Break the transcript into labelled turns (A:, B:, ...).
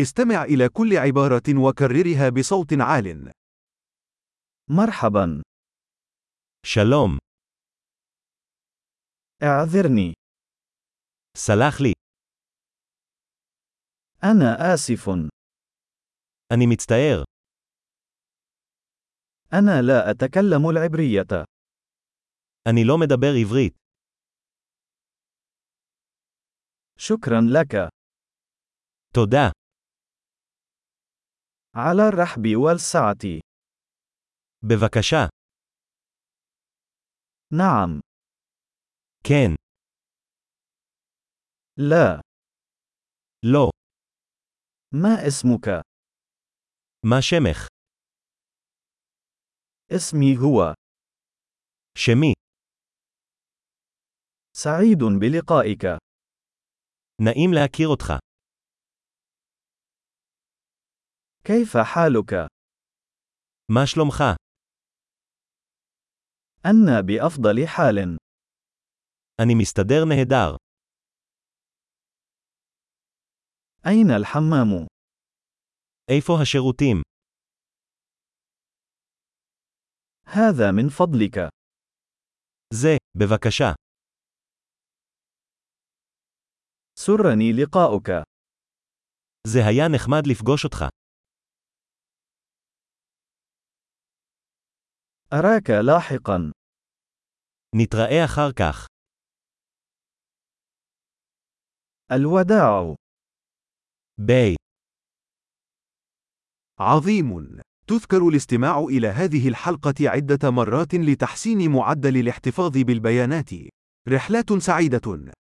A: استمع إلى كل عبارة وكررها بصوت عال.
B: مرحبا
C: שלום,
B: اعذرني
C: סלח לי,
B: انا اسف
C: אני מצטער,
B: انا لا اتكلم العبريه
C: אני לא מדבר עברית,
B: شكرا لك
C: תודה,
B: على الرحب والسعه
C: בבקשה,
B: نعم
C: כן,
B: لا
C: לא,
B: ما اسمك
C: מה שמך,
B: اسمي هو
C: שמי,
B: سعيد بلقائك
C: נעים להכיר אותך,
B: كيف حالك
C: מה שלומך,
B: انا بافضل حال
C: אני מסתדר נהדר,
B: اين الحمام
C: איפה השירותים,
B: هذا من فضلك
C: זה, בבקשה,
B: سرني لقاؤك
C: זה היה נחמד לפגוש אותך,
B: اراك لاحقا
C: נתראה אחר כך,
B: الوداع
C: ביי.
A: عظيم. تذكر الاستماع إلى هذه الحلقة عدة مرات لتحسين معدل الاحتفاظ بالبيانات. رحلات سعيدة.